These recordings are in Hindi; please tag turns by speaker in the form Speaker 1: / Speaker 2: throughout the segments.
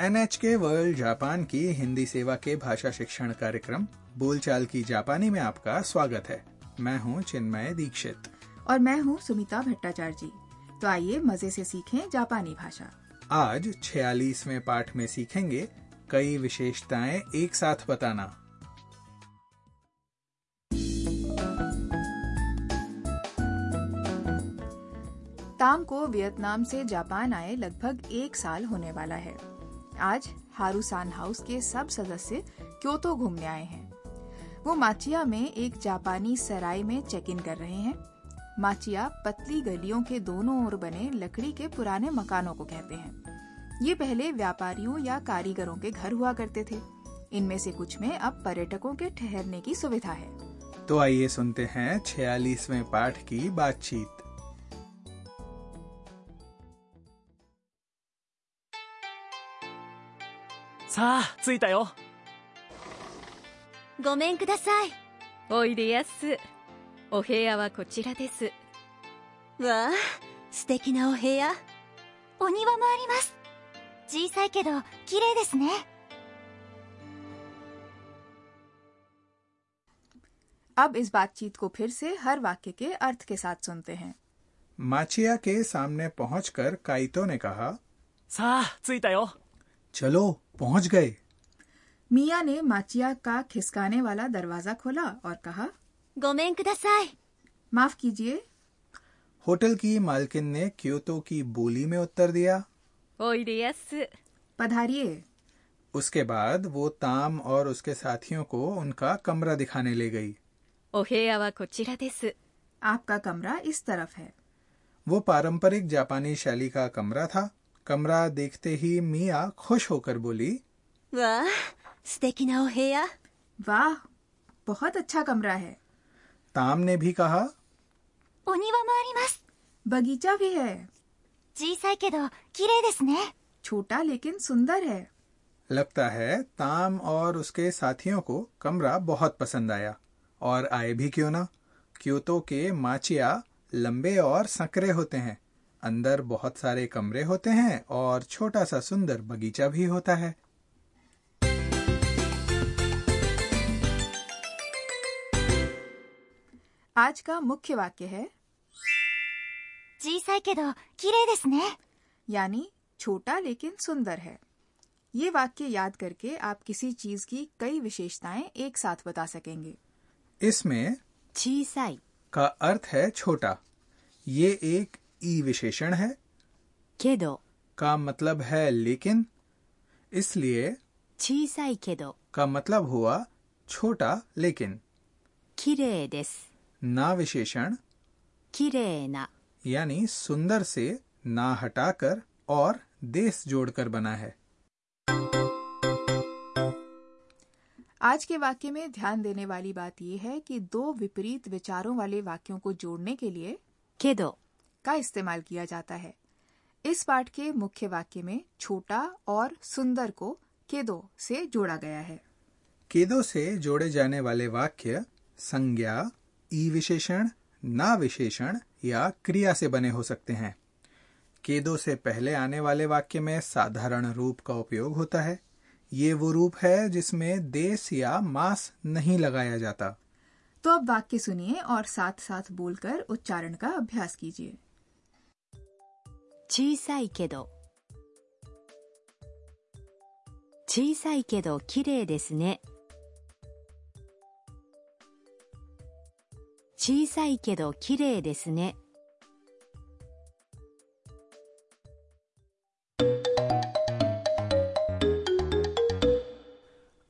Speaker 1: एनएचके वर्ल्ड जापान की हिंदी सेवा के भाषा शिक्षण कार्यक्रम बोलचाल की जापानी में आपका स्वागत है मैं हूं चिन्मय दीक्षित
Speaker 2: और मैं हूँ सुमिता भट्टाचार्य जी तो आइए मजे से सीखें जापानी भाषा
Speaker 1: आज 46वें पाठ में सीखेंगे कई विशेषताएं एक साथ बताना
Speaker 2: ताम को वियतनाम से जापान आए लगभग एक साल होने वाला है आज हारूसान हाउस के सब सदस्य क्योतो घूमने आए हैं वो माचिया में एक जापानी सराय में चेक इन कर रहे हैं माचिया पतली गलियों के दोनों ओर बने लकड़ी के पुराने मकानों को कहते हैं ये पहले व्यापारियों या कारीगरों के घर हुआ करते थे इनमें से कुछ में अब पर्यटकों के ठहरने की सुविधा है
Speaker 1: तो आइए सुनते हैं 46वें पाठ की बातचीत
Speaker 3: さあ着いたよ
Speaker 4: ごめんください
Speaker 5: おいでやすお部屋はこちらです
Speaker 4: わあ素敵なお部屋お庭もあります小さいけど綺麗ですね
Speaker 2: अब इस बातचीत को फिर से हर वाक्य के अर्थ के साथ सुनते हैं
Speaker 1: माचिया के सामने पहुंचकर काइतो ने कहा
Speaker 3: さあ着いたよ
Speaker 1: चलो पहुंच गए
Speaker 2: मिया ने माचिया का खिसकाने वाला दरवाजा खोला और कहा
Speaker 4: ごめんください
Speaker 2: माफ कीजिए
Speaker 1: होटल की मालकिन ने क्योतो की बोली में उत्तर दिया
Speaker 5: おいでやす
Speaker 2: पधारिए
Speaker 1: उसके बाद वो ताम और उसके साथियों को उनका कमरा दिखाने ले गई
Speaker 5: お部屋はこちらです
Speaker 2: आपका कमरा इस तरफ है
Speaker 1: वो पारंपरिक जापानी शैली का कमरा था कमरा देखते ही मिया खुश होकर बोली
Speaker 4: わあ素敵なお部屋
Speaker 2: वाह बहुत अच्छा कमरा है
Speaker 1: ताम ने भी कहा
Speaker 4: お庭もあります
Speaker 2: बगीचा भी है
Speaker 4: 小さいけど綺麗ですね
Speaker 2: छोटा लेकिन सुंदर है
Speaker 1: लगता है ताम और उसके साथियों को कमरा बहुत पसंद आया और आए भी क्यों ना क्योतो के माचिया लंबे और संकरे होते हैं अंदर बहुत सारे कमरे होते हैं और छोटा सा सुंदर बगीचा भी होता है
Speaker 2: आज का मुख्य वाक्य है
Speaker 4: 小さいけど綺麗ですね
Speaker 2: यानी छोटा लेकिन सुंदर है ये वाक्य याद करके आप किसी चीज की कई विशेषताएं एक साथ बता सकेंगे
Speaker 1: इसमें
Speaker 4: 小さい
Speaker 1: का अर्थ है छोटा ये एक ई विशेषण है
Speaker 4: けど
Speaker 1: का मतलब है लेकिन इसलिए
Speaker 4: 小さいけど
Speaker 1: का मतलब हुआ छोटा लेकिन
Speaker 4: 綺麗です
Speaker 1: ना विशेषण
Speaker 4: 綺麗な
Speaker 1: यानी सुंदर से ना हटाकर और देश जोड़कर बना है
Speaker 2: आज के वाक्य में ध्यान देने वाली बात यह है कि दो विपरीत विचारों वाले वाक्यों को जोड़ने के लिए
Speaker 4: けど
Speaker 2: का इस्तेमाल किया जाता है इस पाठ के मुख्य वाक्य में छोटा और सुंदर को केदो से जोड़ा गया है
Speaker 1: केदो से जोड़े जाने वाले वाक्य संज्ञा ई विशेषण ना विशेषण या क्रिया से बने हो सकते हैं केदो से पहले आने वाले वाक्य में साधारण रूप का उपयोग होता है ये वो रूप है जिसमें देश या मास नहीं लगाया जाता
Speaker 2: तो अब वाक्य सुनिए और साथ साथ बोलकर उच्चारण का अभ्यास कीजिए
Speaker 4: 小さいけど小さいけど綺麗ですね小さいけど綺麗ですね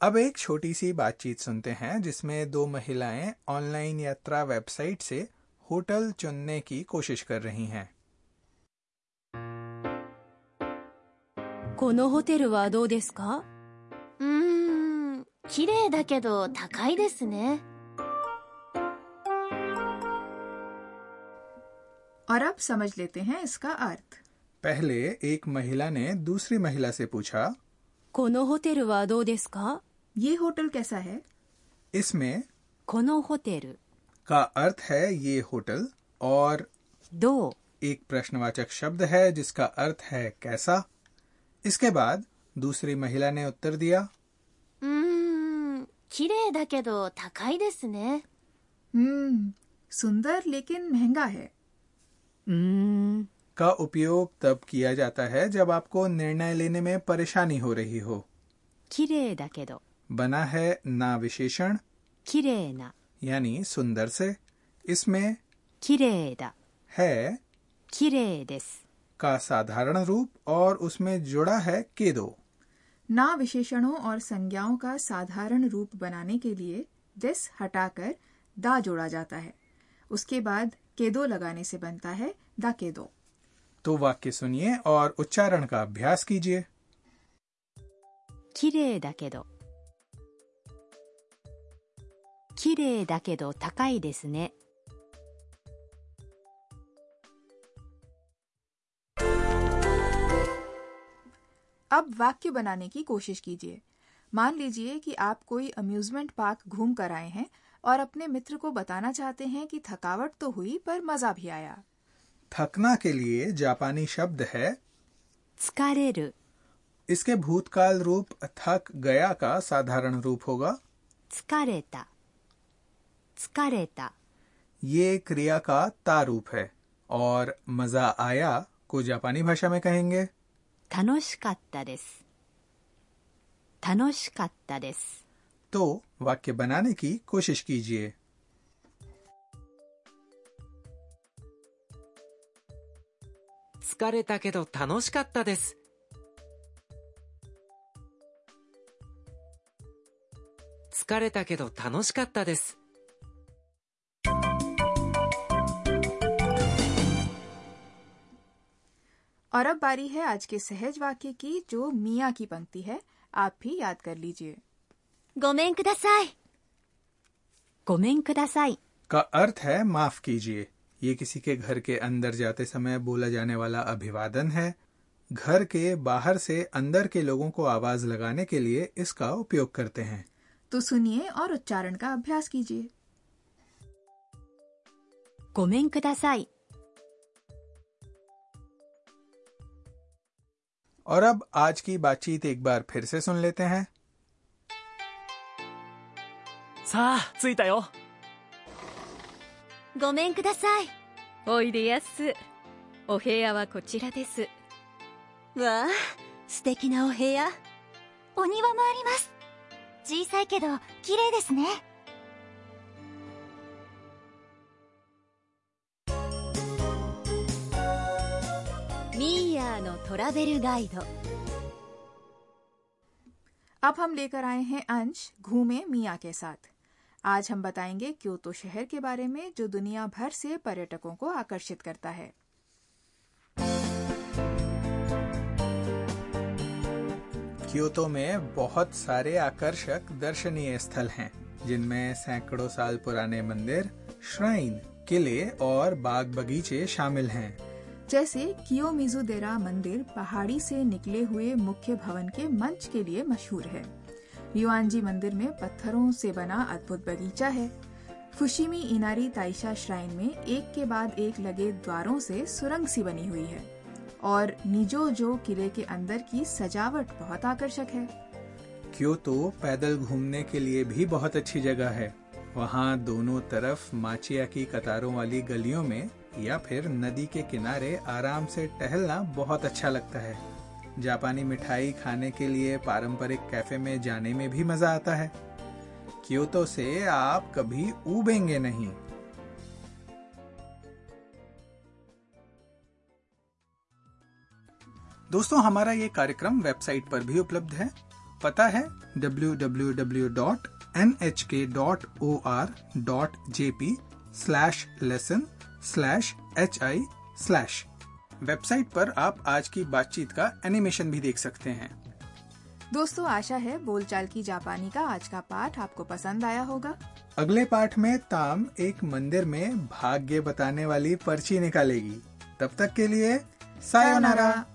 Speaker 1: अब एक छोटी सी बातचीत सुनते हैं जिसमें दो महिलाएं ऑनलाइन यात्रा वेबसाइट से होटल चुनने की कोशिश कर रही हैं
Speaker 4: このホテルはどうですか
Speaker 6: うーん、綺麗だけど高いですね。
Speaker 2: और अब समझ लेते हैं इसका अर्थ
Speaker 1: पहले एक महिला ने दूसरी महिला से पूछा
Speaker 4: このホテルはどうですか
Speaker 2: ये होटल कैसा है
Speaker 1: इसमें
Speaker 4: このホテル
Speaker 1: का अर्थ है ये होटल और
Speaker 4: どう
Speaker 1: एक प्रश्नवाचक शब्द है जिसका अर्थ है कैसा इसके बाद दूसरी महिला ने उत्तर दिया
Speaker 6: うーん綺麗だけど高いですね
Speaker 2: हम्म सुंदर लेकिन महंगा है
Speaker 5: うーん
Speaker 1: का उपयोग तब किया जाता है जब आपको निर्णय लेने में परेशानी हो रही हो
Speaker 5: 綺麗だけど
Speaker 1: बना है ना विशेषण
Speaker 5: 綺麗な
Speaker 1: यानी सुंदर से इसमें
Speaker 5: 綺麗だ
Speaker 1: है
Speaker 5: 綺麗です
Speaker 1: का साधारण रूप और उसमें जुड़ा है के दो
Speaker 2: ना विशेषणों और संज्ञाओं का साधारण रूप बनाने के लिए दिस हटाकर दा जोड़ा जाता है उसके बाद केदो लगाने से बनता है दा केदो
Speaker 1: तो वाक्य सुनिए और उच्चारण का अभ्यास कीजिए
Speaker 5: 綺麗だけど綺麗だけど高いですね
Speaker 2: अब वाक्य बनाने की कोशिश कीजिए मान लीजिए कि आप कोई अम्यूजमेंट पार्क घूम कर आए हैं और अपने मित्र को बताना चाहते हैं कि थकावट तो हुई पर मजा भी आया
Speaker 1: थकना के लिए जापानी शब्द है
Speaker 5: 疲れる
Speaker 1: इसके भूतकाल रूप थक गया का साधारण रूप होगा
Speaker 5: 疲れた疲れた
Speaker 1: ये क्रिया का ता रूप है और मजा आया को जापानी भाषा में कहेंगे
Speaker 5: 楽しかったです楽しかったです
Speaker 1: तो वाक्य बनाने की कोशिश कीजिए
Speaker 3: 疲れたけど楽しかったです疲れたけど楽しかったです
Speaker 2: और अब बारी है आज के सहज वाक्य की जो मिया की पंक्ति है आप भी याद कर लीजिए
Speaker 4: ごめんください
Speaker 5: ごめんください
Speaker 1: का अर्थ है माफ कीजिए ये किसी के घर के अंदर जाते समय बोला जाने वाला अभिवादन है घर के बाहर से अंदर के लोगों को आवाज लगाने के लिए इसका उपयोग करते हैं
Speaker 2: तो सुनिए और उच्चारण का अभ्यास कीजिए
Speaker 5: ごめんください
Speaker 1: और अब आज की बातचीत एक बार फिर से सुन लेते हैं
Speaker 3: さあ着いたよ
Speaker 4: ごめんください
Speaker 5: おいでやすお部屋はこちらです
Speaker 4: わあ素敵なお部屋
Speaker 6: お庭もあります
Speaker 4: 小さいけど綺麗ですねミーヤーのトラベルガイド
Speaker 2: अब हम लेकर आए हैं अंश घूमे मिया के साथ आज हम बताएंगे क्योतो शहर के बारे में जो दुनिया भर से पर्यटकों को आकर्षित करता है
Speaker 1: क्योतो में बहुत सारे आकर्षक दर्शनीय स्थल हैं, जिनमें सैकड़ों साल पुराने मंदिर श्राइन किले और बाग बगीचे शामिल हैं।
Speaker 2: जैसे कियोमिजुदेरा मंदिर पहाड़ी से निकले हुए मुख्य भवन के मंच के लिए मशहूर है युआनजी मंदिर में पत्थरों से बना अद्भुत बगीचा है फुशिमी इनारी ताइशा श्राइन में एक के बाद एक लगे द्वारों से सुरंग सी बनी हुई है और निजो जो किले के अंदर की सजावट बहुत आकर्षक है
Speaker 1: क्योतो तो पैदल घूमने के लिए भी बहुत अच्छी जगह है वहाँ दोनों तरफ माचिया की कतारों वाली गलियों में या फिर नदी के किनारे आराम से टहलना बहुत अच्छा लगता है जापानी मिठाई खाने के लिए पारंपरिक कैफे में जाने में भी मजा आता है क्योतो से आप कभी ऊबेंगे नहीं दोस्तों हमारा ये कार्यक्रम वेबसाइट पर भी उपलब्ध है पता है www.nhk.or.jp slash lesson slash hi slash website पर आप आज की बातचीत का एनिमेशन भी देख सकते हैं
Speaker 2: दोस्तों आशा है बोलचाल की जापानी का आज का पाठ आपको पसंद आया होगा
Speaker 1: अगले पाठ में ताम एक मंदिर में भाग्य बताने वाली पर्ची निकालेगी तब तक के लिए सायोनारा